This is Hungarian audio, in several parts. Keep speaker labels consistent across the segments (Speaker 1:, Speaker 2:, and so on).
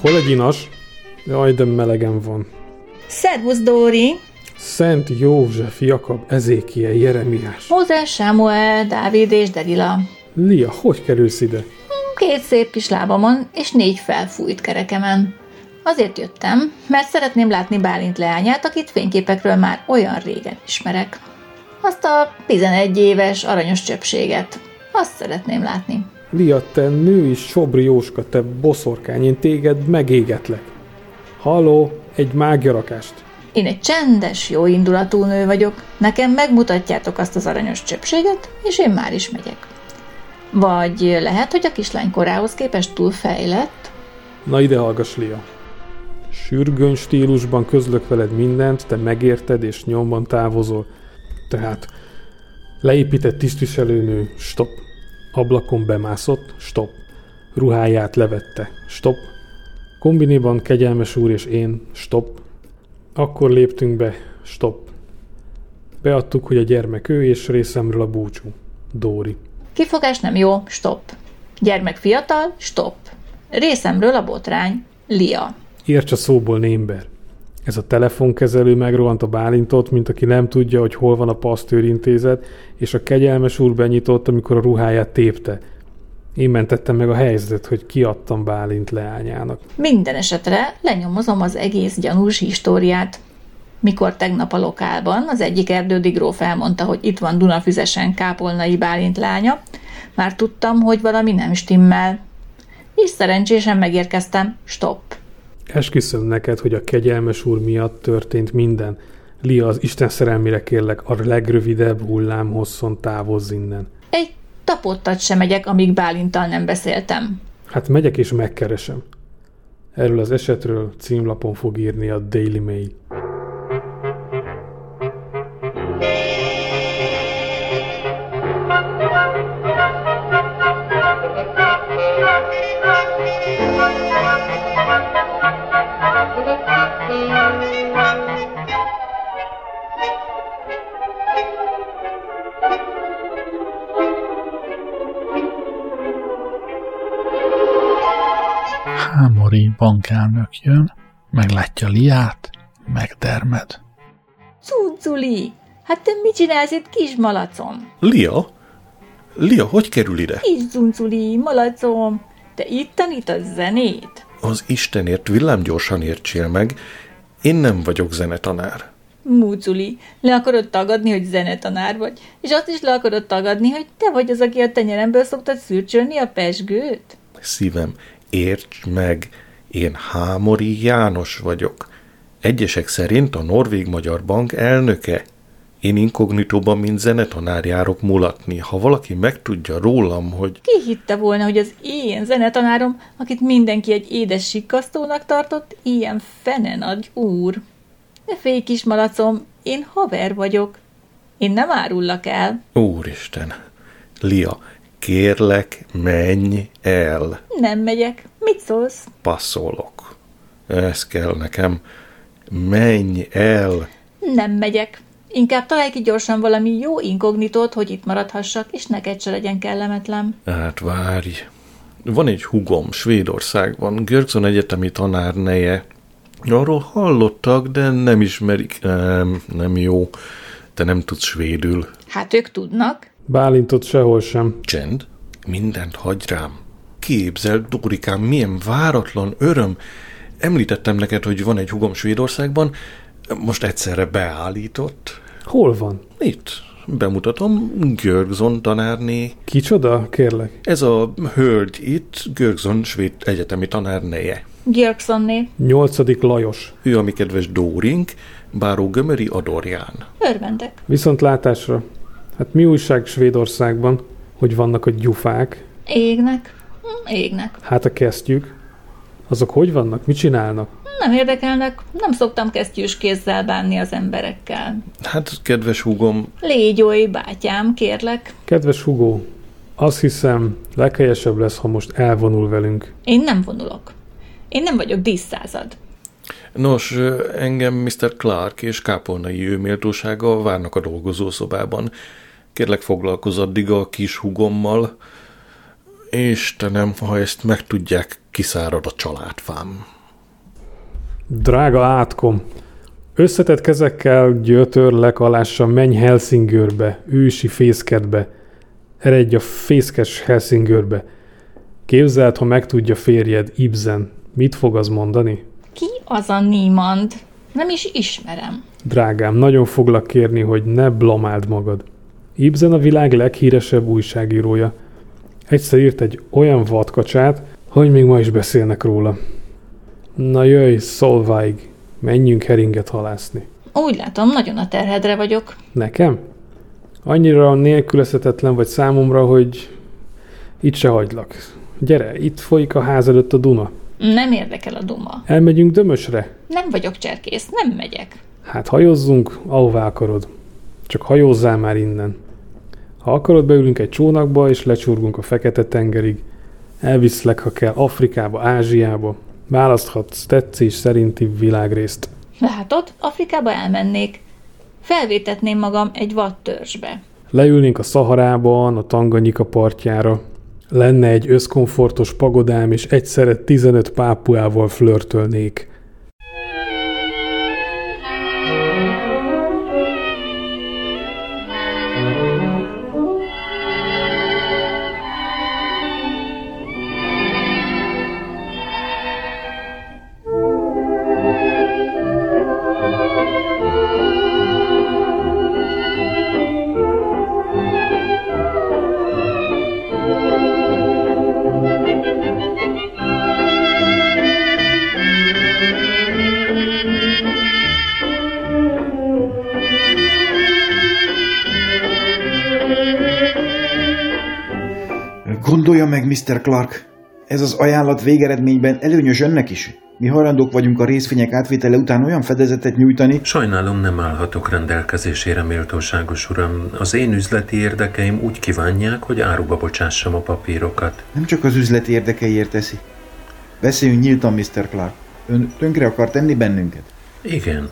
Speaker 1: Hol egy inas? Jaj, de melegen van.
Speaker 2: Szervusz, Dóri!
Speaker 1: Szent József, Jakab, Ezékiel, Jeremiás.
Speaker 2: Mózes, Sámuel, Dávid és Delila.
Speaker 1: Lia, hogy kerülsz ide?
Speaker 2: Két szép kis lábamon és négy felfújt kerekemen. Azért jöttem, mert szeretném látni Bálint leányát, akit fényképekről már olyan régen ismerek. Azt a 11 éves aranyos csöpséget. Azt szeretném látni.
Speaker 1: Lia, te női sobri Jóska, te boszorkány, én téged megégetlek. Halló, egy mágiarakást.
Speaker 2: Én egy csendes, jóindulatú nő vagyok, nekem megmutatjátok azt az aranyos csöpséget, és én már is megyek. Vagy lehet, hogy a kislány korához képest túl fejlett?
Speaker 1: Na ide hallgass, Lia. Sürgőn stílusban közlök veled mindent, te megérted és nyomban távozol. Tehát leépített tisztviselőnő, stop. Ablakon bemászott, stop. Ruháját levette, stop. Kombiniban kegyelmes úr és én, stop. Akkor léptünk be, stop. Beadtuk, hogy a gyermek ő és részemről a búcsú. Dóri.
Speaker 2: Kifogás nem jó, stop. Gyermek fiatal, stop. Részemről a botrány, Lia.
Speaker 1: Érts a szóból, némber. Ez a telefonkezelő megrohant a Bálintot, mint aki nem tudja, hogy hol van a pasztőrintézet, és a kegyelmes úr benyitott, amikor a ruháját tépte. Én mentettem meg a helyzetet, hogy kiadtam Bálint leányának.
Speaker 2: Minden esetre lenyomozom az egész gyanús históriát. Mikor tegnap a lokálban az egyik erdődi gróf elmondta, hogy itt van Dunafüzesen kápolnai Bálint lánya, már tudtam, hogy valami nem stimmel. És szerencsésen megérkeztem. Stopp.
Speaker 1: Esküszöm neked, hogy a kegyelmes úr miatt történt minden. Lia, az Isten szerelmére kérlek, a legrövidebb hullám hosszon távozz innen.
Speaker 2: Egy tapottat sem megyek, amíg Bálintal nem beszéltem.
Speaker 1: Hát megyek és megkeresem. Erről az esetről címlapon fog írni a Daily Mail.
Speaker 3: Hámori bankelnök jön, meglátja Liát, megdermed.
Speaker 2: Cuculi, hát te mit csinálsz itt kis malacom?
Speaker 4: Lia? Lia, hogy kerül ide?
Speaker 2: Kis cunculi, malacom, te itt tanítasz zenét?
Speaker 4: Az Istenért villámgyorsan értsél meg, én nem vagyok zenetanár.
Speaker 2: Múculi, le akarod tagadni, hogy zenetanár vagy, és azt is le akarod tagadni, hogy te vagy az, aki a tenyeremből szoktad szürcsölni a pesgőt?
Speaker 4: Szívem, értsd meg, én Hámori János vagyok. Egyesek szerint a Norvég-Magyar Bank elnöke. Én inkognitóban, mint zenetanár járok mulatni. Ha valaki megtudja rólam, hogy
Speaker 2: Ki hitte volna, hogy az én zenetanárom, akit mindenki egy édes sikkasztónak tartott, ilyen fene nagy úr? Ne félj kis malacom, én haver vagyok. Én nem árullak el.
Speaker 4: Úristen, Lia, kérlek, menj el,
Speaker 2: Nem megyek. Mit szólsz?
Speaker 4: passzolok. Ez kell nekem. Menj el!
Speaker 2: Nem megyek. Inkább találj ki gyorsan valami jó inkognitót, hogy itt maradhassak, és neked se legyen kellemetlen.
Speaker 4: Hát várj. Van egy hugom Svédországban, Görgson egyetemi tanárneje. Arról hallottak, de nem ismerik. Nem, nem jó. Te nem tudsz svédül.
Speaker 2: Hát ők tudnak.
Speaker 1: Bálintot sehol sem.
Speaker 4: Csend, mindent hagy rám. Képzeld, Dórikám, milyen váratlan öröm. Említettem neked, hogy van egy hugom Svédországban, most egyszerre beállított.
Speaker 1: Hol van?
Speaker 4: Itt, bemutatom, Görgson tanárné.
Speaker 1: Kicsoda, kérlek?
Speaker 4: Ez a hölgy itt, Görgson svéd egyetemi tanárneje.
Speaker 2: Györgszonné.
Speaker 1: Nyolcadik Lajos.
Speaker 4: Ő a mi kedves Dórink, Báró Gömöri Adorján.
Speaker 2: Örvendek.
Speaker 1: Viszont látásra. Hát mi újság Svédországban, hogy vannak a gyufák?
Speaker 2: Égnek. Hm, Égnek.
Speaker 1: Hát a kesztyűk. Azok hogy vannak? Mit csinálnak?
Speaker 2: Nem érdekelnek, nem szoktam kesztyűs kézzel bánni az emberekkel.
Speaker 4: Hát, kedves húgom,
Speaker 2: Légy oly, bátyám, kérlek.
Speaker 1: Kedves Hugó, azt hiszem, leghelyesebb lesz, ha most elvonul velünk.
Speaker 2: Én nem vonulok. Én nem vagyok díszszázad.
Speaker 4: nos, engem Mr. Clark és kápolnai ő méltósága várnak a dolgozószobában. Kérlek foglalkozz addig a kis húgommal. Istenem, ha ezt megtudják, kiszárad a családfám.
Speaker 1: Drága átkom, összetett kezekkel gyötörlek alássa menj Helsingőrbe, ősi fészkedbe. Eredj a fészkes Helsingőrbe. Képzeld, ha megtudja férjed, Ibzen. Mit fog az mondani?
Speaker 2: Ki az a Niemand? Nem is ismerem.
Speaker 1: Drágám, nagyon foglak kérni, hogy ne blamáld magad. Ibzen a világ leghíresebb újságírója. Egyszer írt egy olyan vadkacsát, hogy még ma is beszélnek róla. Na jöjj, Szolváig, menjünk heringet halászni.
Speaker 2: Úgy látom, nagyon a terhedre vagyok.
Speaker 1: Nekem? Annyira nélkülözhetetlen vagy számomra, hogy itt se hagylak. Gyere, itt folyik a ház előtt a Duna.
Speaker 2: Nem érdekel a duma.
Speaker 1: Elmegyünk Dömösre?
Speaker 2: Nem vagyok cserkész, nem megyek.
Speaker 1: Hát hajózzunk, ahová akarod. Csak hajózzál már innen. Ha akarod, beülünk egy csónakba, és lecsurgunk a fekete tengerig. Elviszlek, ha kell, Afrikába, Ázsiába. Választhatsz tetszés szerinti világrészt.
Speaker 2: Látod, hát Afrikába elmennék. Felvétetném magam egy vadtörzsbe.
Speaker 1: Leülnénk a Szaharában, a Tanganyika partjára. Lenne egy összkomfortos pagodám, és egyszerre 15 pápuával flörtölnék.
Speaker 5: Gondolja meg, Mr. Clark, ez az ajánlat végeredményben előnyös önnek is. Mi hajlandók vagyunk a részvények átvétele után olyan fedezetet nyújtani,
Speaker 6: Sajnálom, nem állhatok rendelkezésére, méltóságos uram. Az én üzleti érdekeim úgy kívánják, hogy áruba bocsássam a papírokat.
Speaker 5: nem csak az üzlet érdekeiért teszi. Beszéljünk nyíltan, Mr. Clark. Ön tönkre akar tenni bennünket.
Speaker 6: Igen,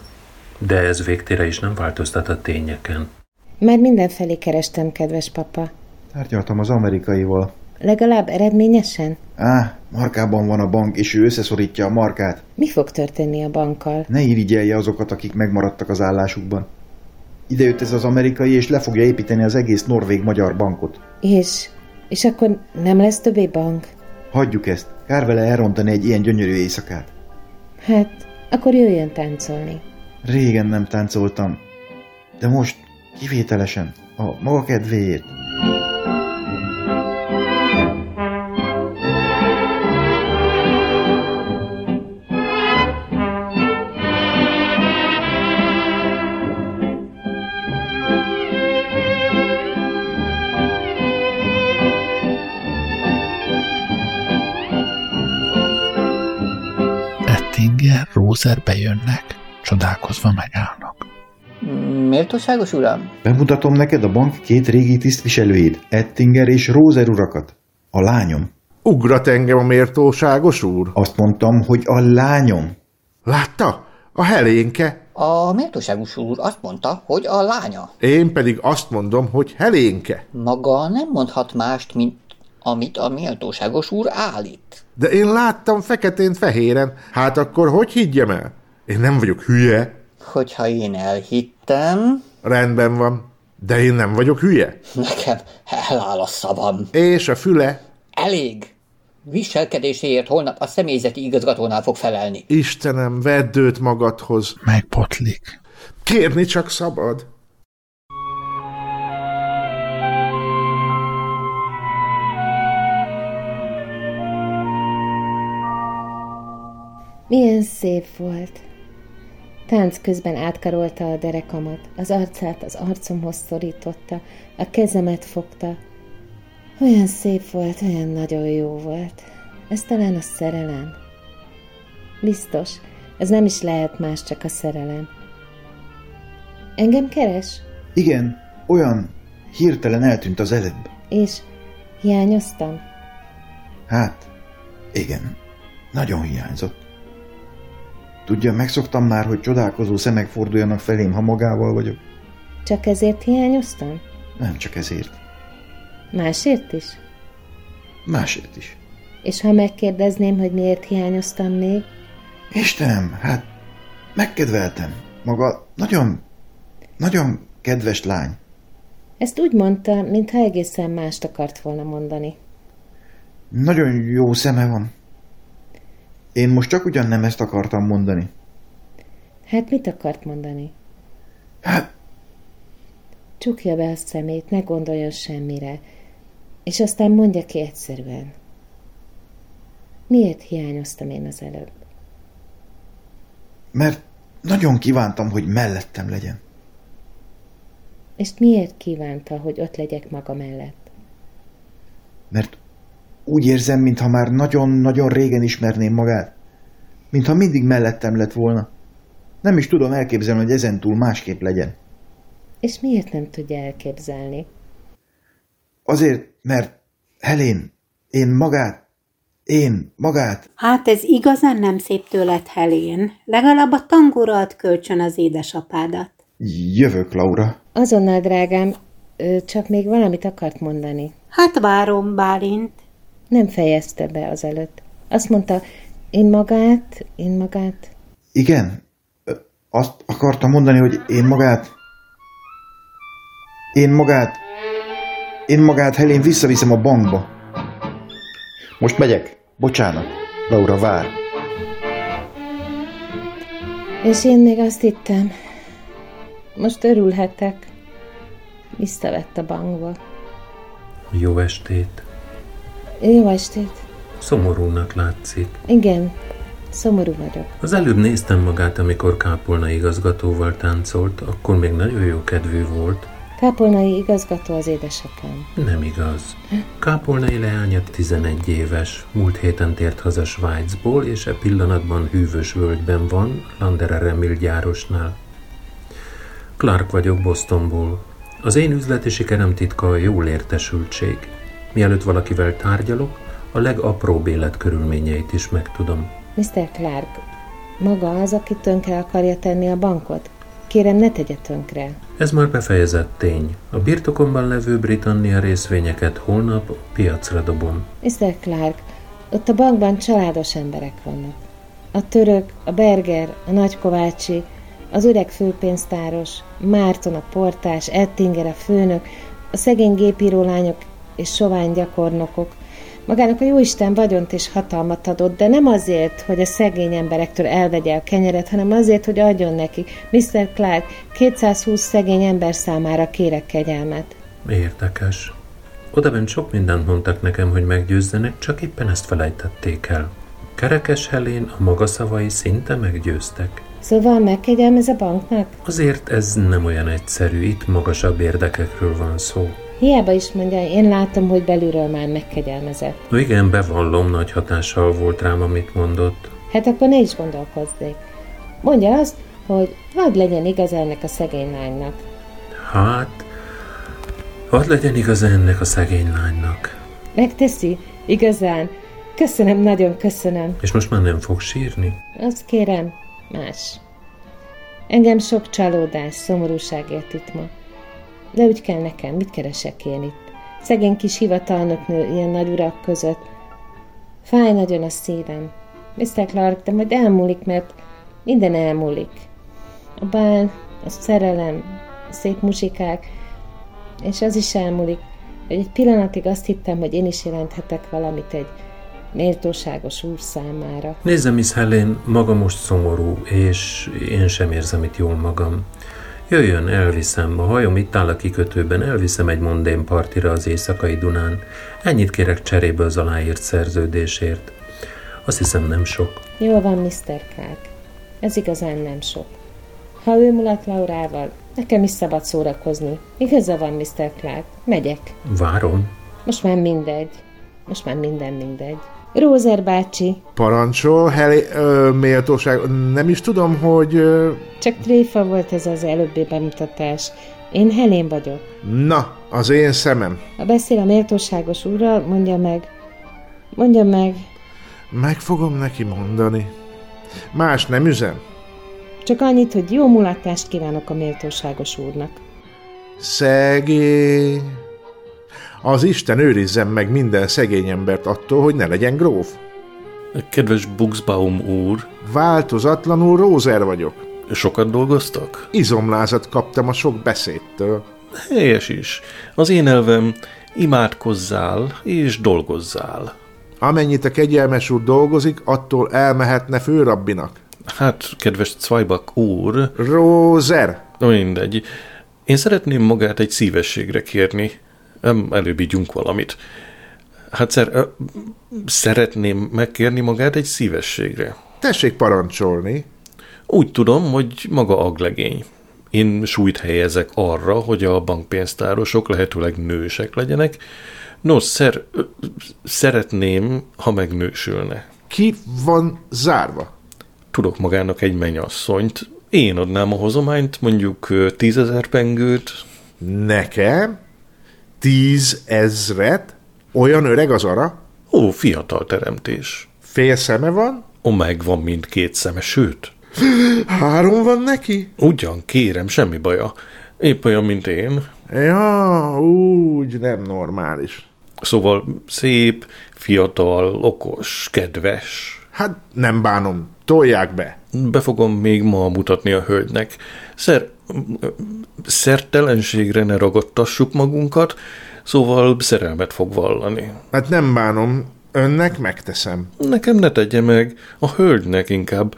Speaker 6: de ez végtére is nem változtat a tényeken.
Speaker 7: Már mindenfelé kerestem, kedves papa.
Speaker 5: Tárgyaltam az amerikaival.
Speaker 7: Legalább eredményesen?
Speaker 5: Á, markában van a bank, és ő összeszorítja a markát.
Speaker 7: Mi fog történni a bankkal?
Speaker 5: Ne irigyelje azokat, akik megmaradtak az állásukban. Ide jött ez az amerikai, és le fogja építeni az egész norvég-magyar bankot.
Speaker 7: És, és akkor nem lesz többé bank?
Speaker 5: Hagyjuk ezt. Kár vele elrontani egy ilyen gyönyörű éjszakát.
Speaker 7: Hát, akkor jöjjön táncolni.
Speaker 5: Régen nem táncoltam, de most kivételesen, a maga kedvéért.
Speaker 3: Ettinger, Rózer bejönnek, csodálkozva megállnak.
Speaker 8: Méltóságos uram?
Speaker 5: Bemutatom neked a bank két régi tisztviselőjét, Ettinger és Rózer urakat. A lányom.
Speaker 9: Ugrat engem a méltóságos úr?
Speaker 5: Azt mondtam, hogy a lányom.
Speaker 9: Látta? A helénke.
Speaker 8: A méltóságos úr azt mondta, hogy a lánya.
Speaker 9: Én pedig azt mondom, hogy helénke.
Speaker 8: Maga nem mondhat mást, mint amit a méltóságos úr állít.
Speaker 9: De én láttam feketén fehéren. Hát akkor hogy higgyem el? Én nem vagyok hülye.
Speaker 8: Hogyha én elhittem,
Speaker 9: Rendben van. De én nem vagyok hülye.
Speaker 8: nekem eláll a szavam.
Speaker 9: És a füle,
Speaker 8: Elég! Viselkedéséért holnap a személyzeti igazgatónál fog felelni.
Speaker 9: Istenem, vedd őt magadhoz.
Speaker 3: Megbotlik.
Speaker 9: Kérni csak szabad.
Speaker 7: Milyen szép volt. Tánc közben átkarolta a derekamat, az arcát az arcomhoz szorította, a kezemet fogta. Olyan szép volt, olyan nagyon jó volt. Ez talán a szerelem. Biztos, ez nem is lehet más, csak a szerelem. Engem keres,
Speaker 5: Igen, olyan hirtelen eltűnt az előbb.
Speaker 7: és hiányoztam.
Speaker 5: Hát, igen, nagyon hiányzott. Tudja, megszoktam már, hogy csodálkozó szemek forduljanak felém, ha magával vagyok.
Speaker 7: Csak ezért hiányoztam?
Speaker 5: Nem csak ezért,
Speaker 7: Másért is?
Speaker 5: másért is.
Speaker 7: és ha megkérdezném, hogy miért hiányoztam még,
Speaker 5: Istenem, hát megkedveltem. Maga nagyon, nagyon kedves lány.
Speaker 7: ezt úgy mondta, mintha egészen mást akart volna mondani.
Speaker 5: Nagyon jó szeme van. Én most csak ugyan nem ezt akartam mondani.
Speaker 7: Hát mit akart mondani?
Speaker 5: Hát,
Speaker 7: Csukja be a szemét, ne gondoljon semmire, és aztán mondja ki egyszerűen. Miért hiányoztam én az előbb?
Speaker 5: mert nagyon kívántam, hogy mellettem legyen.
Speaker 7: És miért kívánta, hogy ott legyek maga mellett?
Speaker 5: Mert úgy érzem, mintha már nagyon-nagyon régen ismerném magát. Mintha mindig mellettem lett volna. Nem is tudom elképzelni, hogy ezentúl másképp legyen.
Speaker 7: És miért nem tudja elképzelni?
Speaker 5: Azért, mert Helén, én magát, én magát,
Speaker 10: Hát ez igazán nem szép tőled, Helén. Legalább a tangóra ad kölcsön az édesapádat.
Speaker 5: jövök, Laura.
Speaker 7: Azonnal, drágám, ő csak még valamit akart mondani.
Speaker 10: Hát várom, Bálint.
Speaker 7: Nem fejezte be azelőtt. Azt mondta, én magát, én magát.
Speaker 5: Igen, Ö, azt akartam mondani, hogy én magát, én magát, én magát, Helén, visszaviszem a bankba. Most megyek, bocsánat, Laura, vár.
Speaker 7: És én még azt hittem, most örülhetek. Visszavett a bankba.
Speaker 6: Jó estét.
Speaker 7: Jó estét.
Speaker 6: Szomorúnak látszik.
Speaker 7: Igen, szomorú vagyok.
Speaker 6: Az előbb néztem magát, amikor Kápolna igazgatóval táncolt, akkor még nagyon jó kedvű volt.
Speaker 7: Kápolnai igazgató az édesapám.
Speaker 6: Nem igaz. Kápolnai leánya 11 éves, múlt héten tért haza Svájcból, és e pillanatban hűvös völgyben van, Landera Remil gyárosnál. Clark vagyok Bostonból. Az én üzleti sikerem titka a jól értesültség. Mielőtt valakivel tárgyalok, a legapróbb életkörülményeit is megtudom.
Speaker 7: Mr. Clark, maga az, aki tönkre akarja tenni a bankot? Kérem, ne tegye tönkre.
Speaker 6: Ez már befejezett tény. A birtokomban levő Britannia részvényeket holnap piacra dobom.
Speaker 7: Mr. Clark, ott a bankban családos emberek vannak. A török, a Berger, a nagykovácsi, az öreg főpénztáros, Márton a portás, Ettinger a főnök, a szegény gépíró lányok és sovány gyakornokok. Magának a jóisten vagyont és hatalmat adott, de nem azért, hogy a szegény emberektől elvegye a kenyeret, hanem azért, hogy adjon neki. Mr. Clark, 220 szegény ember számára kérek kegyelmet.
Speaker 6: Érdekes. Odabent sok mindent mondtak nekem, hogy meggyőzzenek, csak éppen ezt felejtették el. Kerekes Helén a maga szavai szinte meggyőztek.
Speaker 7: Szóval megkegyelmez a banknak?
Speaker 6: Azért ez nem olyan egyszerű, itt magasabb érdekekről van szó.
Speaker 7: Hiába is mondja, én látom, hogy belülről már megkegyelmezett.
Speaker 6: No igen, bevallom, nagy hatással volt rám, amit mondott.
Speaker 7: Hát akkor ne is gondolkozzék. Mondja azt, hogy hadd legyen igaz ennek a szegény lánynak.
Speaker 6: Hát, hadd legyen igaza ennek a szegény lánynak.
Speaker 7: Megteszi? Igazán? Köszönöm, nagyon köszönöm.
Speaker 6: És most már nem fog sírni?
Speaker 7: Azt kérem, más. Engem sok csalódás, szomorúság ért itt ma. De úgy kell nekem, mit keresek én itt? Szegény kis hivatalnoknő ilyen nagy urak között. Fáj nagyon a szívem. Mr. Clark, de majd elmúlik, mert minden elmúlik. A bál, a szerelem, a szép muzsikák, és az is elmúlik, hogy egy pillanatig azt hittem, hogy én is jelenthetek valamit egy méltóságos úr számára.
Speaker 6: Nézze, Miss Helen, maga most szomorú, és én sem érzem itt jól magam. Jöjjön, elviszem, a hajom itt áll a kikötőben, elviszem egy mondén partira az éjszakai Dunán. Ennyit kérek cserébe az aláírt szerződésért. Azt hiszem nem sok.
Speaker 7: Jól van, Mr. Clark. Ez igazán nem sok. Ha ő mulat Laurával, nekem is szabad szórakozni. Igaza van, Mr. Clark. Megyek.
Speaker 6: Várom.
Speaker 7: Most már mindegy. Most már minden mindegy. Rózer bácsi,
Speaker 9: Parancsol, heli, ö, méltóság, nem is tudom, hogy... Ö,
Speaker 7: csak tréfa volt ez az előbbi bemutatás. Én Helén vagyok.
Speaker 9: na, az én szemem.
Speaker 7: Ha beszél a méltóságos úrral, mondja meg. Mondja meg.
Speaker 9: Meg fogom neki mondani. Más nem üzen?
Speaker 7: Csak annyit, hogy jó mulatást kívánok a méltóságos úrnak.
Speaker 9: Szegény. Az Isten őrizzen meg minden szegény embert attól, hogy ne legyen gróf.
Speaker 4: Kedves Buxbaum úr,
Speaker 9: Változatlanul Rózer vagyok.
Speaker 4: sokat dolgoztak?
Speaker 9: Izomlázat kaptam a sok beszédtől.
Speaker 4: Helyes is. Az én elvem imádkozzál és dolgozzál.
Speaker 9: Amennyit a kegyelmes úr dolgozik, attól elmehetne főrabbinak.
Speaker 4: Hát, kedves Zweibach úr,
Speaker 9: Rózer!
Speaker 4: na mindegy. Én szeretném magát egy szívességre kérni. Em, Előbb ígyunk valamit. Hát szer, ö, szeretném megkérni magát egy szívességre.
Speaker 9: Tessék parancsolni.
Speaker 4: Úgy tudom, hogy maga aglegény. Én súlyt helyezek arra, hogy a bankpénztárosok lehetőleg nősek legyenek. Nos, szer, ö, szeretném, ha megnősülne.
Speaker 9: Ki van zárva?
Speaker 4: Tudok magának egy mennyasszonyt. Én adnám a hozományt, mondjuk ö, tízezer pengőt.
Speaker 9: Nekem? Tízezret? Olyan öreg az ara?
Speaker 4: Ó, fiatal teremtés.
Speaker 9: Fél szeme van?
Speaker 4: Ó, megvan mind két szeme, sőt,
Speaker 9: Három van neki?
Speaker 4: ugyan kérem, semmi baja. Épp olyan, mint én.
Speaker 9: Ja, úgy nem normális.
Speaker 4: Szóval szép, fiatal, okos, kedves.
Speaker 9: Hát nem bánom, tolják be.
Speaker 4: Be fogom még ma mutatni a hölgynek. Szer, szertelenségre ne ragadtassuk magunkat, szóval szerelmet fog vallani.
Speaker 9: Hát nem bánom, önnek megteszem.
Speaker 4: Nekem ne tegye meg, a hölgynek inkább.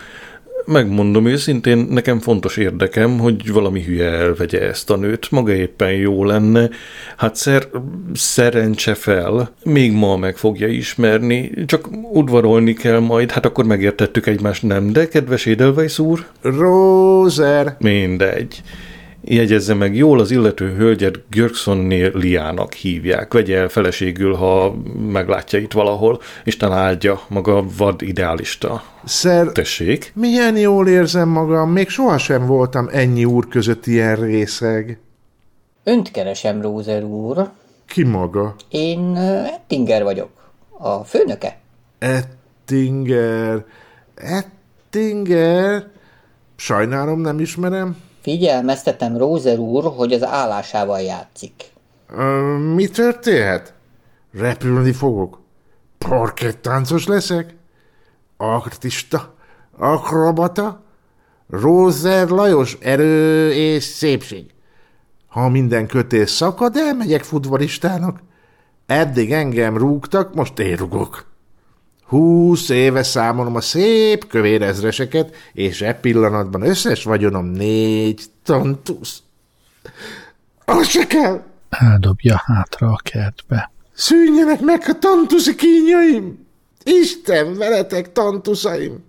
Speaker 4: Megmondom őszintén, nekem fontos érdekem, hogy valami hülye elvegye ezt a nőt, maga éppen jó lenne. Hát szer, szerencse fel, még ma meg fogja ismerni, csak udvarolni kell majd, hát akkor megértettük egymást, nem, de kedves Edelweiss úr?
Speaker 9: Rózer,
Speaker 4: Mindegy. Jegyezze meg jól, az illető hölgyet Görgsonné Liának hívják. Vegye el feleségül, ha meglátja itt valahol, Isten áldja, maga vad idealista.
Speaker 9: szer,
Speaker 4: Tessék?
Speaker 9: milyen jól érzem magam, még sohasem voltam ennyi úr között ilyen részeg.
Speaker 8: Önt keresem, Rózer úr.
Speaker 9: Ki maga?
Speaker 8: Én ö, Ettinger vagyok. A főnöke?
Speaker 9: Ettinger, Ettinger, sajnálom nem ismerem.
Speaker 8: Figyelmeztetem Rózer úr, hogy az állásával játszik.
Speaker 9: Ö, mi történhet? Repülni fogok? Parkettáncos leszek? Artista? Akrobata? Rózer Lajos erő és szépség. Ha minden kötés szakad, elmegyek futbolistának. Eddig engem rúgtak, most én rugok. Húsz éve számolom a szép kövér ezreseket, és e pillanatban összes vagyonom négy tantusz. Az se kell!
Speaker 3: Eldobja hátra a kertbe.
Speaker 9: Szűnjenek meg a tantuszi kínjaim! Isten veletek, tantuszaim!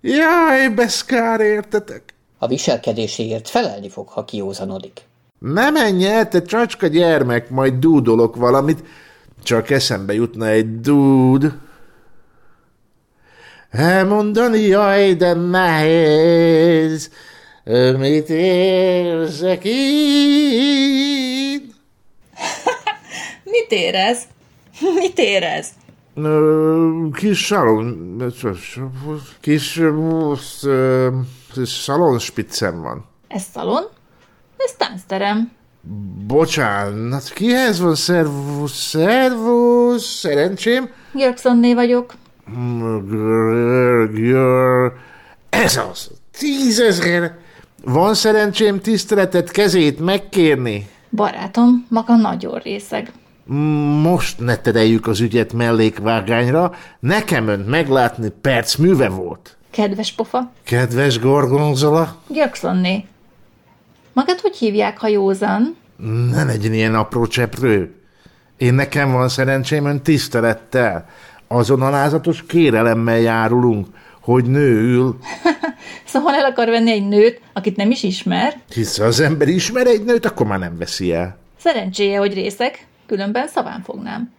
Speaker 9: Jaj, beszkár értetek!
Speaker 8: A viselkedéséért felelni fog, ha kiózanodik.
Speaker 9: Ne menj el, te csacska gyermek, majd dúdolok valamit, csak eszembe jutna egy dúd. Elmondani, jaj, de nehéz, mit érzek én?
Speaker 2: Mit érez? Mit érez?
Speaker 9: Ö, Kis salon... Kis... ö, ö, Salonspiccem van.
Speaker 2: Ez szalon? Ez táncterem.
Speaker 9: Bocsánat, kihez van szervusz? Szervusz, szerencsém.
Speaker 2: Görgsonné vagyok.
Speaker 9: Gör- gör- Ez az, tízezer. Van szerencsém tiszteletet kezét megkérni?
Speaker 2: Barátom, maga nagyon részeg.
Speaker 9: Hmm, Most ne tereljük az ügyet mellékvágányra, nekem önt meglátni perc műve volt.
Speaker 2: Kedves pofa,
Speaker 9: Kedves Gorgonzola,
Speaker 2: Görgsonné. Magad hogy hívják, ha józan?
Speaker 9: Ne legyen ilyen apró cseprő. Én nekem van szerencsém ön tisztelettel. Azon alázatos kérelemmel járulunk, hogy nő ül,
Speaker 2: Szóval el akar venni egy nőt, akit nem is ismer?
Speaker 9: hisz ha az ember ismer egy nőt, akkor már nem veszi el.
Speaker 2: Szerencséje, hogy részek, különben szaván fognám.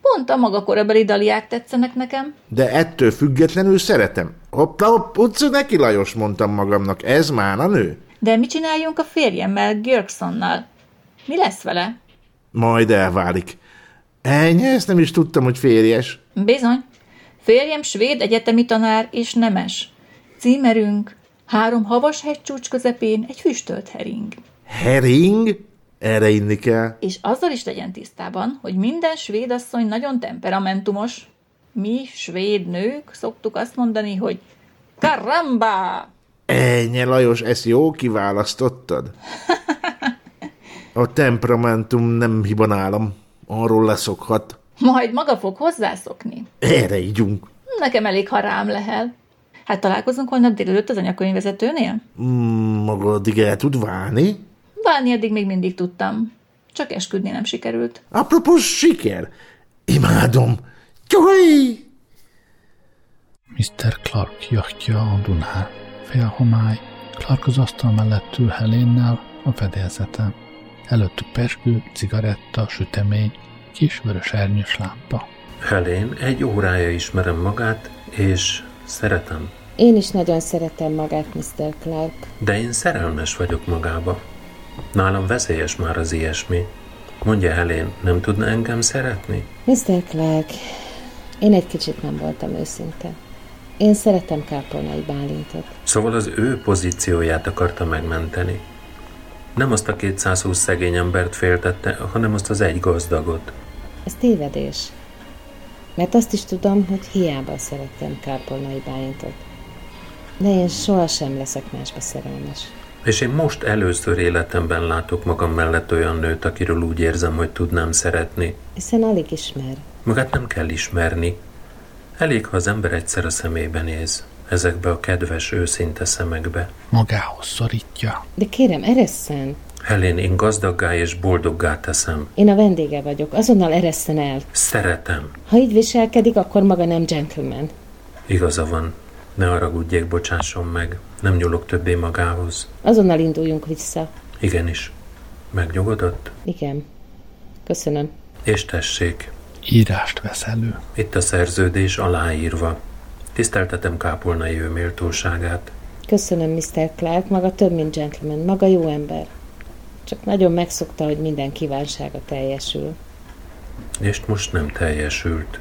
Speaker 2: Pont a maga korabeli daliák tetszenek nekem.
Speaker 9: De ettől függetlenül szeretem. Hoppla, hopp, utcu neki Lajos, mondtam magamnak, ez már a nő.
Speaker 2: De mit csináljunk a férjemmel, Görgsonnal? Mi lesz vele?
Speaker 9: Majd elválik. Ennyi, ezt nem is tudtam, hogy férjes.
Speaker 2: Bizony. Férjem svéd egyetemi tanár és nemes. Címerünk, három havas hegycsúcs közepén egy füstölt hering.
Speaker 9: Hering? Erre inni kell.
Speaker 2: És azzal is legyen tisztában, hogy minden svéd asszony nagyon temperamentumos. Mi, svéd nők, szoktuk azt mondani, hogy karamba!
Speaker 9: Ennyi, Lajos, ezt jó kiválasztottad. A temperamentum nem hiba nálam. Arról leszokhat.
Speaker 2: Majd maga fog hozzászokni.
Speaker 9: Erre ígyunk.
Speaker 2: Nekem elég, ha rám lehel. Hát találkozunk holnap délelőtt az anyakönyvvezetőnél?
Speaker 9: Mm, Magad el tud válni?
Speaker 2: Válni eddig még mindig tudtam. Csak esküdni nem sikerült.
Speaker 9: Apropos siker! Imádom! Gyaj!
Speaker 3: Mr. Clark jachtja a Dunán. Félhomály. Clark az asztal mellett ül Helénnel a fedélzeten. Előttük pesgő, cigaretta, sütemény, kis vörös ernyős lámpa.
Speaker 6: Helén egy órája ismerem magát, és szeretem.
Speaker 7: Én is nagyon szeretem magát, Mr. Clark.
Speaker 6: De én szerelmes vagyok magába. Nálam veszélyes már az ilyesmi. Mondja Helén, nem tudna engem szeretni?
Speaker 7: Mr. Clark, én egy kicsit nem voltam őszinte. Én szeretem Kápolnai Bálintot.
Speaker 6: Szóval az ő pozícióját akarta megmenteni. Nem azt a 220 szegény embert féltette, hanem azt az egy gazdagot.
Speaker 7: Ez tévedés. Mert azt is tudom, hogy hiába szerettem Kápolnai Bálintot. De én sohasem leszek másba szerelmes.
Speaker 6: És én most először életemben látok magam mellett olyan nőt, akiről úgy érzem, hogy tudnám szeretni.
Speaker 7: Hiszen alig ismer.
Speaker 6: Magát nem kell ismerni. Elég, ha az ember egyszer a szemébe néz. Ezekbe a kedves, őszinte szemekbe.
Speaker 3: Magához szorítja.
Speaker 7: De kérem, eresszen!
Speaker 6: Helén, én gazdaggá és boldoggá teszem.
Speaker 7: Én a vendége vagyok, azonnal eresszen el.
Speaker 6: Szeretem.
Speaker 7: Ha így viselkedik, akkor maga nem gentleman.
Speaker 6: Igaza van. Ne haragudjék, bocsásson meg. Nem nyúlok többé magához.
Speaker 7: Azonnal induljunk vissza.
Speaker 6: Igenis. Megnyugodott?
Speaker 7: Igen. Köszönöm.
Speaker 6: És tessék,
Speaker 3: Írást vesz elő.
Speaker 6: itt a szerződés aláírva. Tiszteltetem kápolnai ő méltóságát.
Speaker 7: Köszönöm, Mr. Clark, maga több, mint gentleman, maga jó ember. Csak nagyon megszokta, hogy minden kívánsága teljesül.
Speaker 6: És most nem teljesült.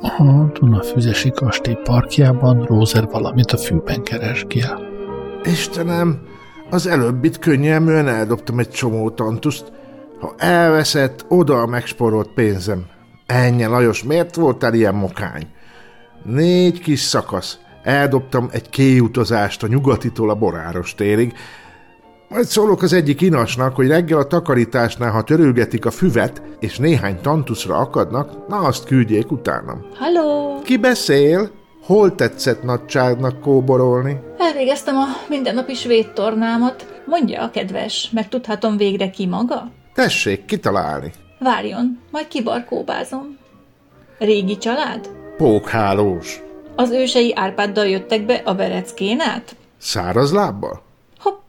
Speaker 3: A Dunafüzesi kastély parkjában Rózer valamit a fűben keresgél.
Speaker 9: Istenem, az előbbit könnyelműen eldobtam egy csomó tantuszt. Ha elveszett, oda a megsporolt pénzem. Ennyi, Lajos, miért voltál ilyen mokány? Négy kis szakasz. Eldobtam egy kéjutazást a nyugatitól a boráros térig. Majd szólok az egyik inasnak, hogy reggel a takarításnál, ha törülgetik a füvet, és néhány tantuszra akadnak, na azt küldjék utánam.
Speaker 2: Halló!
Speaker 9: Ki beszél? Hol tetszett nagyságnak kóborolni?
Speaker 2: Elvégeztem a mindennapi svéd tornámat. Mondja a kedves, megtudhatom végre ki maga?
Speaker 9: Tessék kitalálni.
Speaker 2: Várjon, majd kibarkóbázom. Régi család?
Speaker 9: Pókhálós.
Speaker 2: Az ősei Árpáddal jöttek be a Bereckén át?
Speaker 9: Száraz lábbal?
Speaker 2: Hopp,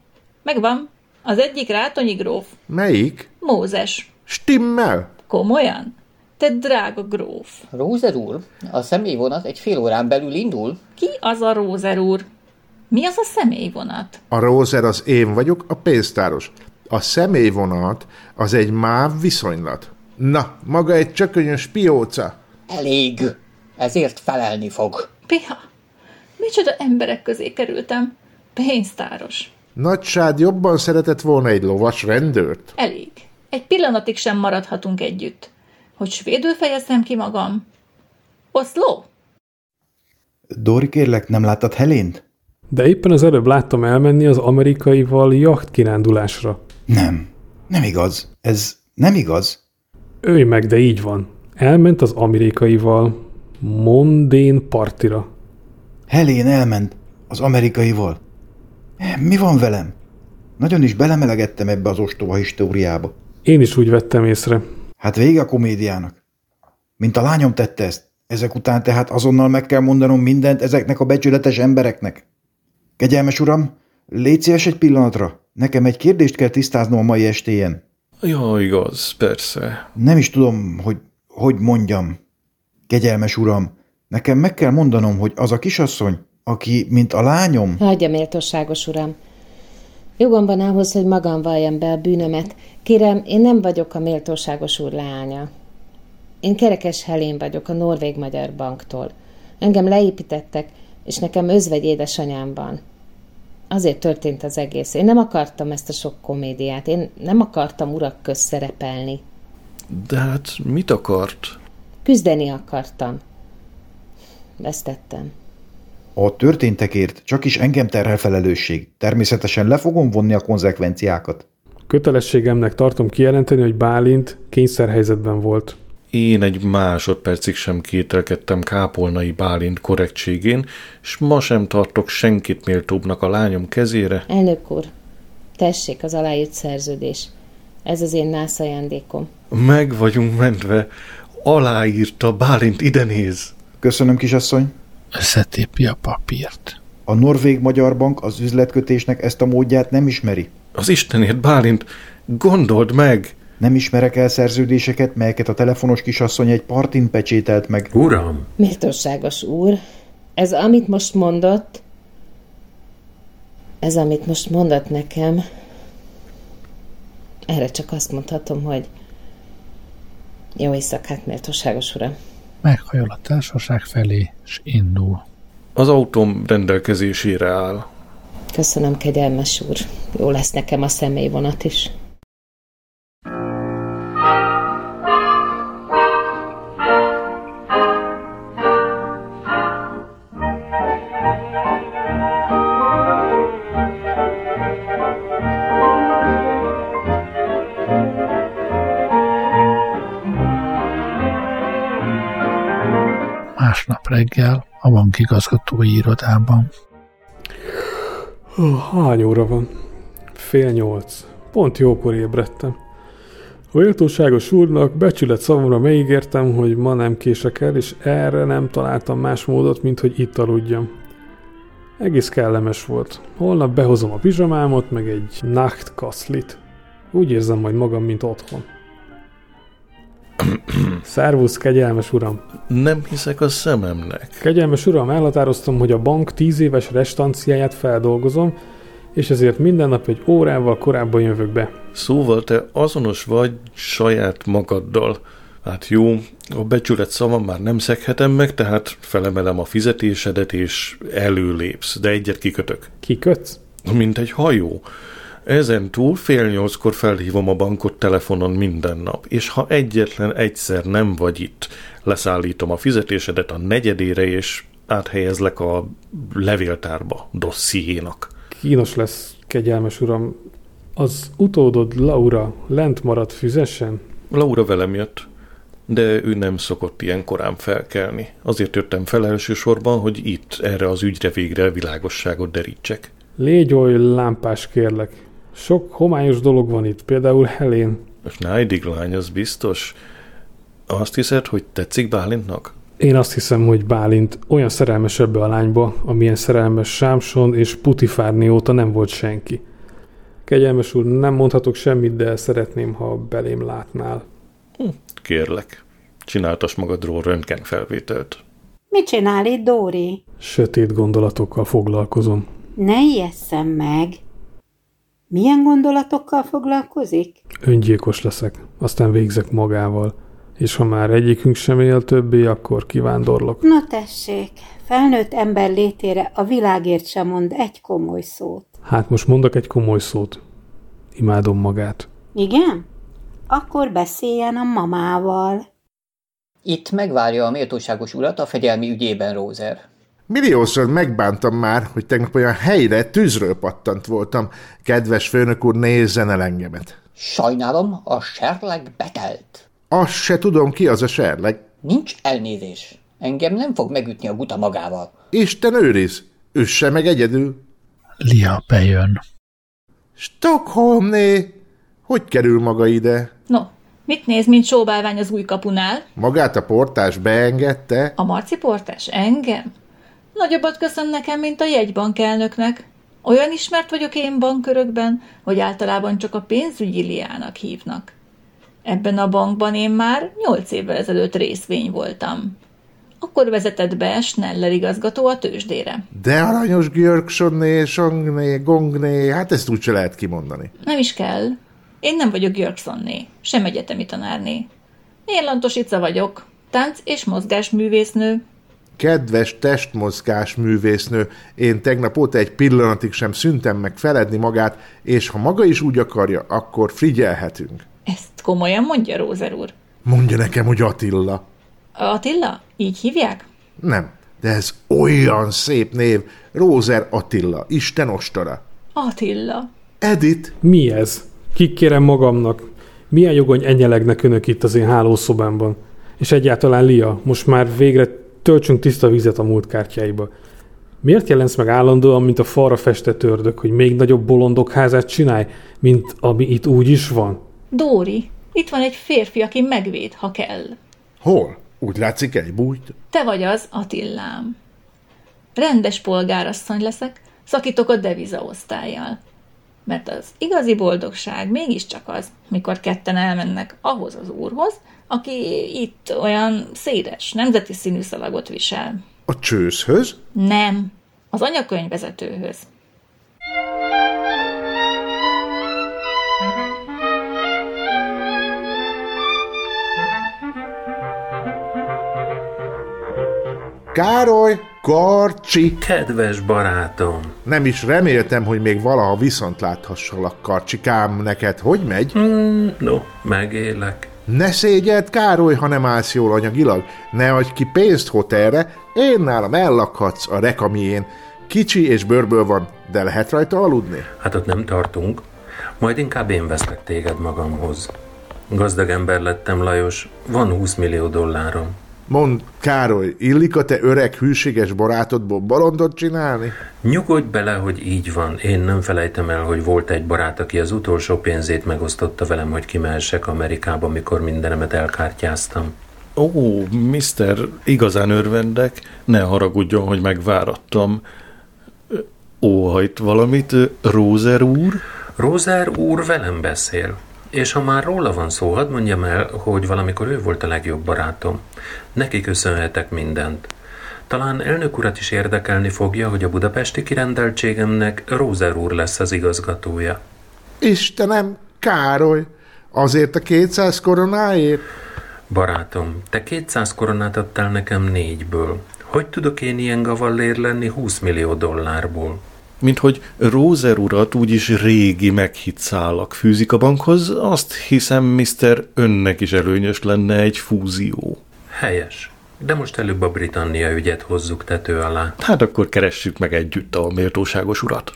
Speaker 2: megvan. Az egyik Rátonyi gróf.
Speaker 9: Melyik?
Speaker 2: Mózes.
Speaker 9: Stimmel?
Speaker 2: Komolyan? Te drága gróf.
Speaker 8: Rózer úr, a személyvonat egy fél órán belül indul.
Speaker 2: Ki az a Rózer úr? Mi az a személyvonat?
Speaker 9: A Rózer az én vagyok, a pénztáros. A személyvonat az egy máv viszonylat. Na, maga egy csökönyös pióca.
Speaker 8: Elég. Ezért felelni fog.
Speaker 2: Piha, micsoda emberek közé kerültem. Pénztáros.
Speaker 9: Nagysád jobban szeretett volna egy lovas rendőrt.
Speaker 2: Elég. Egy pillanatig sem maradhatunk együtt. Hogy svédül fejezem ki magam? Oszló?
Speaker 5: Dori, kérlek, nem láttad Helént?
Speaker 1: De éppen az előbb láttam elmenni az amerikaival jacht kirándulásra.
Speaker 5: Nem. Nem igaz. Ez nem igaz.
Speaker 1: Őj meg, de így van. Elment az amerikaival. Mondén partira.
Speaker 5: Helén elment az amerikaival. Mi van velem? Nagyon is belemelegettem ebbe az ostoba históriába.
Speaker 1: Én is úgy vettem észre.
Speaker 5: Hát vége a komédiának. Mint a lányom tette ezt. Ezek után tehát azonnal meg kell mondanom mindent ezeknek a becsületes embereknek. Kegyelmes uram, légy szíves egy pillanatra. Nekem egy kérdést kell tisztáznom a mai estéjen.
Speaker 4: Ja, igaz, persze.
Speaker 5: Nem is tudom, hogy hogy mondjam. Kegyelmes uram, nekem meg kell mondanom, hogy az a kisasszony, aki, mint a lányom...
Speaker 7: Hagyja méltóságos uram. Jogom van ahhoz, hogy magam valljam be a bűnömet. Kérem, én nem vagyok a méltóságos úr leánya. Én Kerekes Helén vagyok a Norvég Magyar Banktól. Engem leépítettek, és nekem özvegy édesanyám van. Azért történt az egész. Én nem akartam ezt a sok komédiát. Én nem akartam urak köz szerepelni.
Speaker 4: De hát mit akart?
Speaker 7: Küzdeni akartam. Vesztettem.
Speaker 5: A történtekért csak is engem terhel felelősség. Természetesen le fogom vonni a konzekvenciákat.
Speaker 1: Kötelességemnek tartom kijelenteni, hogy Bálint kényszerhelyzetben volt.
Speaker 4: Én egy másodpercig sem kételkedtem Kápolnai Bálint korrektségén, és ma sem tartok senkit méltóbbnak a lányom kezére.
Speaker 7: Elnök úr, tessék az aláírt szerződés. Ez az én nász ajándékom.
Speaker 4: Meg vagyunk mentve. Aláírta Bálint ide néz.
Speaker 5: Köszönöm, kisasszony.
Speaker 3: Összetépi a papírt.
Speaker 5: A Norvég-Magyar Bank az üzletkötésnek ezt a módját nem ismeri.
Speaker 4: Az Istenért Bálint, gondold meg!
Speaker 5: Nem ismerek el szerződéseket, melyeket a telefonos kisasszony egy partin pecsételt meg.
Speaker 6: Uram,
Speaker 7: Méltóságos úr, ez amit most mondott, ez amit most mondott nekem, erre csak azt mondhatom, hogy jó éjszakát, méltóságos uram.
Speaker 3: Meghajol a társaság felé, és indul.
Speaker 4: Az autóm rendelkezésére áll.
Speaker 7: Köszönöm, kegyelmes úr. Jó lesz nekem a személyvonat is.
Speaker 3: Másnap reggel a bank igazgatói irodában.
Speaker 1: Hú, Hány óra van? Fél nyolc. Pont jókor ébredtem. A méltóságos úrnak becsület szavamra megígértem, hogy ma nem kések el, és erre nem találtam más módot, mint hogy itt aludjam. Egész kellemes volt. Holnap behozom a pizsamámot, meg egy nachtkaszlit. Úgy érzem majd magam, mint otthon. Szervusz, kegyelmes uram!
Speaker 4: Nem hiszek a szememnek.
Speaker 1: Kegyelmes uram, elhatároztam, hogy a bank 10 éves restanciáját feldolgozom, és ezért minden nap egy órával korábban jövök be.
Speaker 4: Szóval te azonos vagy saját magaddal. Hát jó, a becsület szavam már nem szeghetem meg, tehát felemelem a fizetésedet és előlépsz, de egyet kikötök.
Speaker 1: Kikötsz?
Speaker 4: Mint egy hajó. Ezen túl fél nyolckor felhívom a bankot telefonon minden nap, és ha egyetlen egyszer nem vagy itt, leszállítom a fizetésedet a negyedére, és áthelyezlek a levéltárba, dossziénak.
Speaker 1: Kínos lesz, kegyelmes uram. Az utódod Laura lent maradt füzessen?
Speaker 4: Laura velem jött, de ő nem szokott ilyen korán felkelni. Azért jöttem fel elsősorban, hogy itt, erre az ügyre végre világosságot derítsek.
Speaker 1: Légy oly lámpás, kérlek. Sok homályos dolog van itt, például Helén.
Speaker 4: Schneidig lány, az biztos. Azt hiszed, hogy tetszik Bálintnak?
Speaker 1: Én azt hiszem, hogy Bálint olyan szerelmes ebbe a lányba, amilyen szerelmes Sámson és Putifárni óta nem volt senki. Kegyelmes úr, nem mondhatok semmit, de szeretném, ha belém látnál.
Speaker 4: Kérlek, csináltas magadról röntgenfelvételt.
Speaker 10: Mit csinál itt Dóri?
Speaker 1: Sötét gondolatokkal foglalkozom.
Speaker 10: Ne ijesszem meg! Milyen gondolatokkal foglalkozik?
Speaker 1: Öngyilkos leszek, aztán végzek magával. És ha már egyikünk sem él többé, akkor kivándorlok.
Speaker 10: Na tessék, felnőtt ember létére a világért sem mond egy komoly szót.
Speaker 1: Hát most mondok egy komoly szót. Imádom magát.
Speaker 10: Igen? Akkor beszéljen a mamával.
Speaker 8: Itt megvárja a méltóságos urat a fegyelmi ügyében, Rózer.
Speaker 9: Milliószor megbántam már, hogy tegnap olyan helyre tűzről pattant voltam. Kedves főnök úr, nézzen el engemet.
Speaker 8: Sajnálom, a serleg betelt.
Speaker 9: Azt se tudom, ki az a serleg.
Speaker 8: Nincs elnézés. Engem nem fog megütni a guta magával.
Speaker 9: Isten őriz! Üsse meg egyedül.
Speaker 3: Lia bejön.
Speaker 9: Stockholmné! Hogy kerül maga ide?
Speaker 2: No, mit néz, mint sóbálvány az új kapunál?
Speaker 9: Magát a portás beengedte?
Speaker 2: A marci portás? Engem? Nagyobbat köszön nekem, mint a jegybank elnöknek. Olyan ismert vagyok én bankkörökben, hogy általában csak a pénzügyi liának hívnak. Ebben a bankban én már nyolc évvel ezelőtt részvény voltam. Akkor vezetett be Schneller igazgató a tőzsdére.
Speaker 9: De aranyos Györgsonné, Songné, Gongné, hát ezt úgyse lehet kimondani.
Speaker 2: Nem is kell. Én nem vagyok Jörgsonné, sem egyetemi tanárné. Én Lantos Ica vagyok, tánc- és mozgásművésznő,
Speaker 9: Kedves testmozgás művésznő, én tegnap óta egy pillanatig sem szüntem meg feledni magát, és ha maga is úgy akarja, akkor figyelhetünk.
Speaker 2: Ezt komolyan mondja Rózer úr.
Speaker 9: Mondja nekem, hogy Attila.
Speaker 2: Attila? Így hívják?
Speaker 9: Nem, de ez olyan szép név. Rózer Attila, Isten ostora.
Speaker 2: Attila.
Speaker 9: Edith,
Speaker 1: Mi ez? Kikérem magamnak. Milyen jogon enyelegnek önök itt az én hálószobámban? És egyáltalán Lia, most már végre töltsünk tiszta vizet a múlt kártyáiba. Miért jelensz meg állandóan, mint a falra festett ördög, hogy még nagyobb bolondok házát csinálj, mint ami itt úgy is van?
Speaker 2: Dóri, itt van egy férfi, aki megvéd, ha kell.
Speaker 9: hol? Úgy látszik egy bújt.
Speaker 2: Te vagy az, Attillám. Rendes polgárasszony leszek, szakítok a deviza osztályjal. Mert az igazi boldogság mégiscsak az, mikor ketten elmennek ahhoz az úrhoz, aki itt olyan széles, nemzeti színű szalagot visel.
Speaker 9: A csőzhöz?
Speaker 2: Nem, az anyakönyvvezetőhöz.
Speaker 9: Károly Karcsi!
Speaker 6: Kedves barátom!
Speaker 9: Nem is reméltem, hogy még valaha viszont láthassalak, Karcsikám, neked hogy megy?
Speaker 6: Mm, no, megélek.
Speaker 9: Ne szégyeld, Károly, ha nem állsz jól anyagilag. Ne adj ki pénzt hotelre, én nálam ellakhatsz a rekamién. Kicsi és bőrből van, de lehet rajta aludni.
Speaker 6: Hát ott nem tartunk. Majd inkább én veszlek téged magamhoz. Gazdag ember lettem, Lajos. Van 20 millió dollárom.
Speaker 9: Mond, Károly, illik a te öreg hűséges barátodból bolondot csinálni?
Speaker 6: Nyugodj bele, hogy így van. Én nem felejtem el, hogy volt egy barát, aki az utolsó pénzét megosztotta velem, hogy kimehessek Amerikába, mikor mindenemet elkártyáztam.
Speaker 4: Ó, mister, igazán örvendek, ne haragudjon, hogy megvárattam. Ö, Óhajt valamit, ö, Rózer úr?
Speaker 6: Rózár úr velem beszél. És ha már róla van szó, hadd mondjam el, hogy valamikor ő volt a legjobb barátom. Neki köszönhetek mindent. Talán elnök urat is érdekelni fogja, hogy a budapesti kirendeltségemnek Rózer úr lesz az igazgatója.
Speaker 9: Istenem, Károly, azért a 200 koronáért?
Speaker 6: Barátom, te 200 koronát adtál nekem négyből. Hogy tudok én ilyen gavallér lenni 20 millió dollárból?
Speaker 4: Mint hogy Rózer urat úgyis régi meghitt szálak fűzik a bankhoz, azt hiszem, mister, önnek is előnyös lenne egy fúzió.
Speaker 6: Helyes. De most előbb a Britannia ügyet hozzuk tető alá.
Speaker 4: Hát akkor keressük meg együtt a méltóságos urat.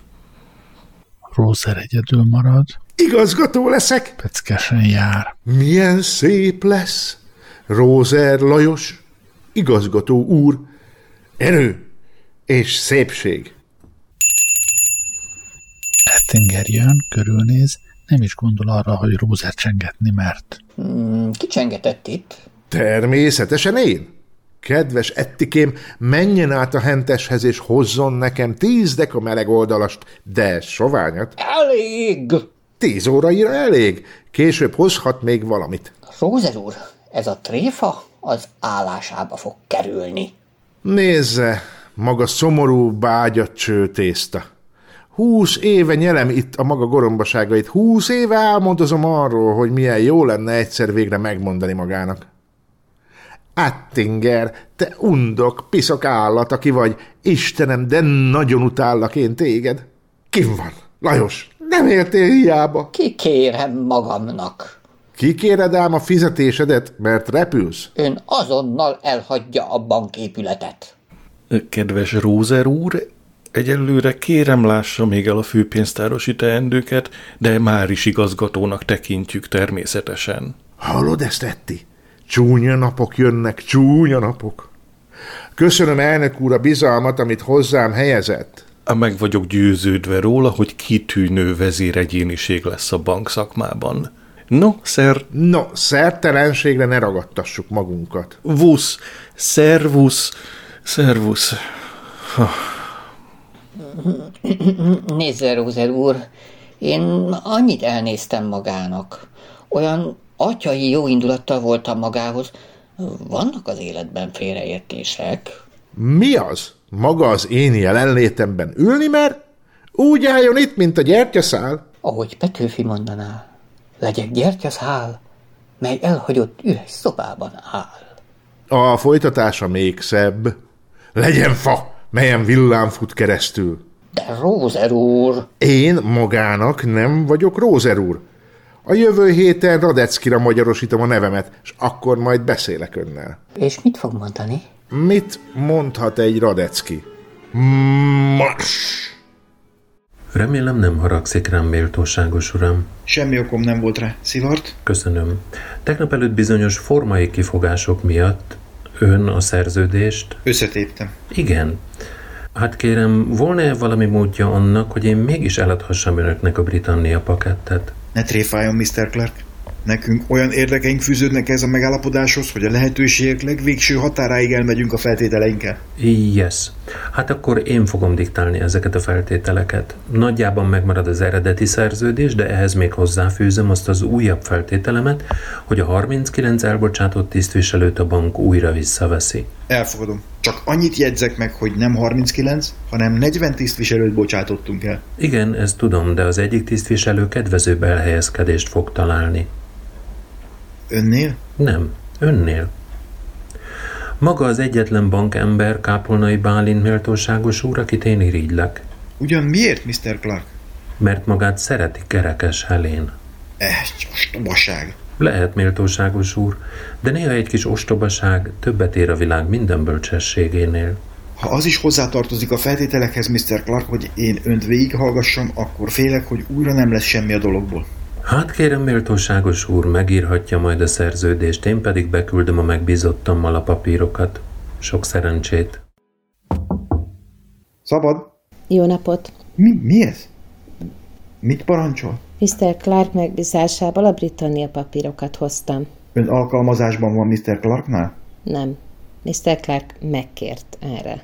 Speaker 3: Rózer egyedül marad,
Speaker 9: Igazgató leszek?
Speaker 3: peckesen jár.
Speaker 9: Milyen szép lesz! Rózer Lajos, igazgató úr, erő és szépség.
Speaker 3: Ettinger jön, körülnéz, nem is gondol arra, hogy Rózer csengetni mert.
Speaker 8: Hmm, kicsengetett itt?
Speaker 9: Természetesen én. Kedves ettikém, menjen át a henteshez és hozzon nekem tíz deka meleg oldalast, de soványat.
Speaker 8: Elég!
Speaker 9: Tíz óraira elég, később hozhat még valamit.
Speaker 8: Rózer úr, ez a tréfa az állásába fog kerülni.
Speaker 9: Nézze, maga szomorú bágyacső tészta. Húsz éve nyelem itt a maga gorombaságait, húsz éve álmodozom arról, hogy milyen jó lenne egyszer végre megmondani magának. Attinger, te undok, piszok állat, aki vagy. Istenem, de nagyon utállak én téged. Kim van? Lajos, nem értél hiába.
Speaker 8: Kikérem magamnak.
Speaker 9: Kikéred ám a fizetésedet, mert repülsz.
Speaker 8: Ön azonnal elhagyja a banképületet.
Speaker 4: Kedves Rózer úr, egyelőre kérem lássa még el a főpénztárosi teendőket, de már is igazgatónak tekintjük természetesen.
Speaker 9: Hallod ezt, Etti? Csúnya napok jönnek, csúnya napok. Köszönöm elnök úr a bizalmat, amit hozzám helyezett.
Speaker 4: Ám Meg vagyok győződve róla, hogy kitűnő vezéregyéniség lesz a bankszakmában. No, szer,
Speaker 9: No, szertelenségre ne ragadtassuk magunkat.
Speaker 4: vusz, szervusz, szervusz.
Speaker 8: Nézze, Rózer úr, én annyit elnéztem magának. Olyan atyai jó indulattal voltam magához. Vannak az életben félreértések.
Speaker 9: Mi az? Maga az én jelenlétemben ülni mer? Úgy álljon itt, mint a gyertyaszál.
Speaker 8: Ahogy Petőfi mondaná, legyek gyertyaszál, mely elhagyott üres szobában áll.
Speaker 9: A folytatása még szebb. Legyen fa, melyen villám fut keresztül.
Speaker 8: De Rózer úr,
Speaker 9: Én magának nem vagyok Rózer úr. A jövő héten Radeckira magyarosítom a nevemet, és akkor majd beszélek önnel.
Speaker 8: és mit fog mondani?
Speaker 9: Mit mondhat egy Radecki? Mars!
Speaker 6: Remélem nem haragszik rám, méltóságos uram.
Speaker 5: Semmi okom nem volt rá. Szivart?
Speaker 6: Köszönöm. Tegnap előtt bizonyos formai kifogások miatt ön a szerződést...
Speaker 5: Összetéptem.
Speaker 6: Igen. Hát kérem, volna-e valami módja annak, hogy én mégis eladhassam önöknek a Britannia pakettet?
Speaker 5: Ne tréfáljon, Mr. Clark. Nekünk olyan érdekeink fűződnek ez a megállapodáshoz, hogy a lehetőségek legvégső határáig elmegyünk a feltételeinkkel.
Speaker 6: Yes. Hát akkor én fogom diktálni ezeket a feltételeket. Nagyjában megmarad az eredeti szerződés, de ehhez még hozzáfűzöm azt az újabb feltételemet, hogy a 39 elbocsátott tisztviselőt a bank újra visszaveszi.
Speaker 5: Elfogadom. Csak annyit jegyzek meg, hogy nem 39, hanem 40 tisztviselőt bocsátottunk el.
Speaker 6: Igen, ezt tudom, de az egyik tisztviselő kedvezőbb elhelyezkedést fog találni.
Speaker 5: Önnél?
Speaker 6: Nem, önnél. Maga az egyetlen bankember, Kápolnai Bálint méltóságos úr, akit én irigylek,
Speaker 5: Ugyan miért, Mr. Clark?
Speaker 6: mert magát szereti kerekes Helén.
Speaker 5: Ez csak ostobaság.
Speaker 6: Lehet méltóságos úr, de néha egy kis ostobaság többet ér a világ minden bölcsességénél.
Speaker 5: Ha az is hozzátartozik a feltételekhez, Mr. Clark, hogy én önt végighallgassam, akkor félek, hogy újra nem lesz semmi a dologból.
Speaker 6: Hát kérem, méltóságos úr, megírhatja majd a szerződést, én pedig beküldöm a megbízottammal a papírokat. Sok szerencsét.
Speaker 5: Szabad?
Speaker 7: Jó napot!
Speaker 5: Mi, mi ez? Mit parancsol?
Speaker 7: Mr. Clark megbízásából a Britannia papírokat hoztam.
Speaker 5: Ön alkalmazásban van Mr. Clarknál?
Speaker 7: Nem. Mr. Clark megkért erre.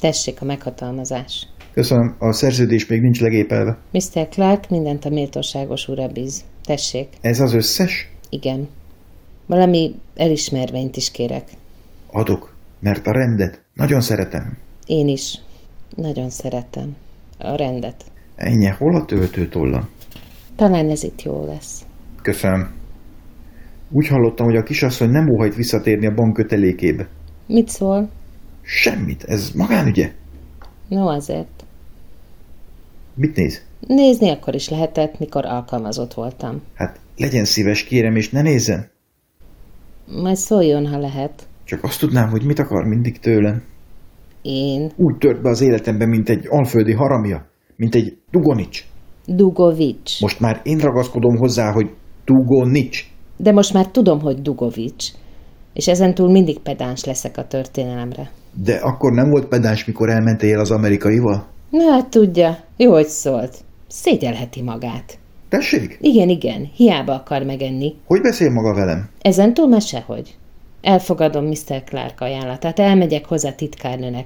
Speaker 7: Tessék a meghatalmazás.
Speaker 5: Köszönöm, a szerződés még nincs legépelve.
Speaker 7: Mr. Clark mindent a méltóságos ura bíz. Tessék,
Speaker 5: Ez az összes?
Speaker 7: igen. Valami elismervényt is kérek.
Speaker 5: Adok, mert a rendet nagyon szeretem.
Speaker 7: Én is. Nagyon szeretem. A rendet.
Speaker 5: Ennyi, hol a töltőtollam?
Speaker 7: Talán ez itt jó lesz.
Speaker 5: Köszönöm. Úgy hallottam, hogy a kisasszony nem óhajt visszatérni a bank kötelékébe.
Speaker 7: Mit szól?
Speaker 5: Semmit, ez magánügye.
Speaker 7: No azért.
Speaker 5: Mit néz?
Speaker 7: Nézni akkor is lehetett, mikor alkalmazott voltam.
Speaker 5: Hát legyen szíves, kérem, és ne nézzen.
Speaker 7: Majd szóljon, ha lehet.
Speaker 5: Csak azt tudnám, hogy mit akar mindig tőlem.
Speaker 7: Én.
Speaker 5: Úgy tört be az életembe, mint egy alföldi haramja, mint egy dugonics.
Speaker 7: Dugovics.
Speaker 5: Most már én ragaszkodom hozzá, hogy dugonics.
Speaker 7: De most már tudom, hogy Dugovics. És ezentúl mindig pedáns leszek a történelemre.
Speaker 5: De akkor nem volt pedáns, mikor elmentél az amerikaival?
Speaker 7: Na, hát tudja, jó, hogy szólt. Szégyelheti magát.
Speaker 5: Tessék,
Speaker 7: Igen, igen, hiába akar megenni.
Speaker 5: hogy beszél maga velem?
Speaker 7: Ezentúl már sehogy. Elfogadom Mr. Clark ajánlatát, elmegyek hozzá titkárnőnek.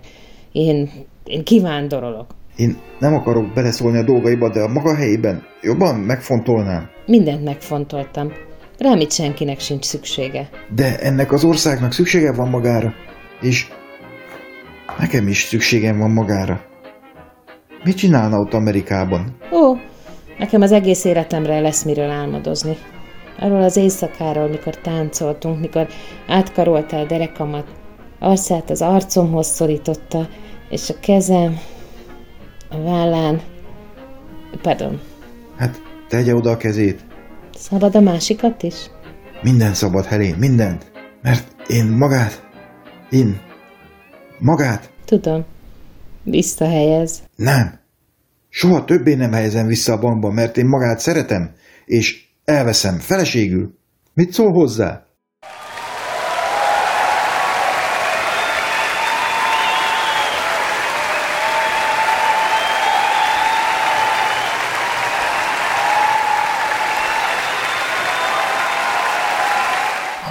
Speaker 7: Én, én kivándorolok.
Speaker 5: Én nem akarok beleszólni a dolgaiba, de a maga helyében jobban megfontolnám.
Speaker 7: Mindent megfontoltam. Rám itt senkinek sincs szüksége.
Speaker 5: De ennek az országnak szüksége van magára, és nekem is szükségem van magára. Mit csinálna ott Amerikában?
Speaker 7: Ó, nekem az egész életemre lesz miről álmodozni. Arról az éjszakáról, mikor táncoltunk, mikor átkarolta a derekamat, arcát az arcomhoz szorította, és a kezem, a vállán, pardon,
Speaker 5: Hát, tegye oda a kezét.
Speaker 7: szabad a másikat is?
Speaker 5: Minden szabad, Helén, mindent. Mert én magát, én magát
Speaker 7: Tudom, visszahelyez.
Speaker 5: nem. Soha többé nem helyezem vissza a bankba, mert én magát szeretem, és elveszem feleségül. Mit szól hozzá?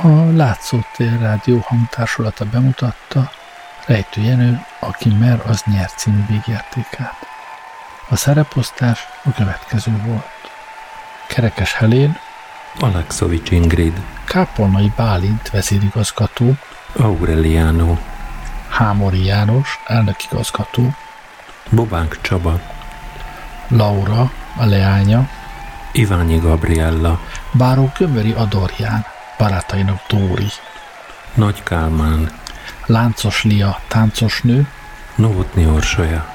Speaker 3: A látszótér rádió hangtársulata bemutatta Rejtő Jenő, aki mer az nyert című végjátékát. A szereposztás a következő volt. Kerekes Helén,
Speaker 6: Alexovics Ingrid,
Speaker 3: Kápolnai Bálint vezérigazgató,
Speaker 6: Aureliano,
Speaker 3: Hámori János elnökigazgató,
Speaker 6: Bobánk Csaba,
Speaker 3: Laura, a leánya,
Speaker 6: Iványi Gabriella,
Speaker 3: Báró Gömöri Adorján, barátainak Dóri,
Speaker 6: Nagy Kálmán,
Speaker 3: Láncos Lia, táncos nő,
Speaker 6: Novotny Orsolya,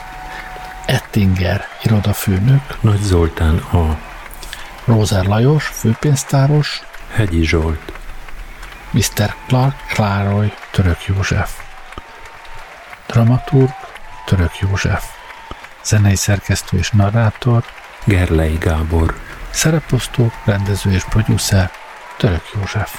Speaker 3: Ettinger, irodafőnök,
Speaker 6: Nagy Zoltán A,
Speaker 3: Rózer Lajos, főpénztáros,
Speaker 6: Hegyi Zsolt,
Speaker 3: Mr. Clark Klároly, Török József. Dramaturg, Török József. Zenei szerkesztő és narrátor,
Speaker 6: Gerlei Gábor,
Speaker 3: szereposztó, rendező és producer, Török József.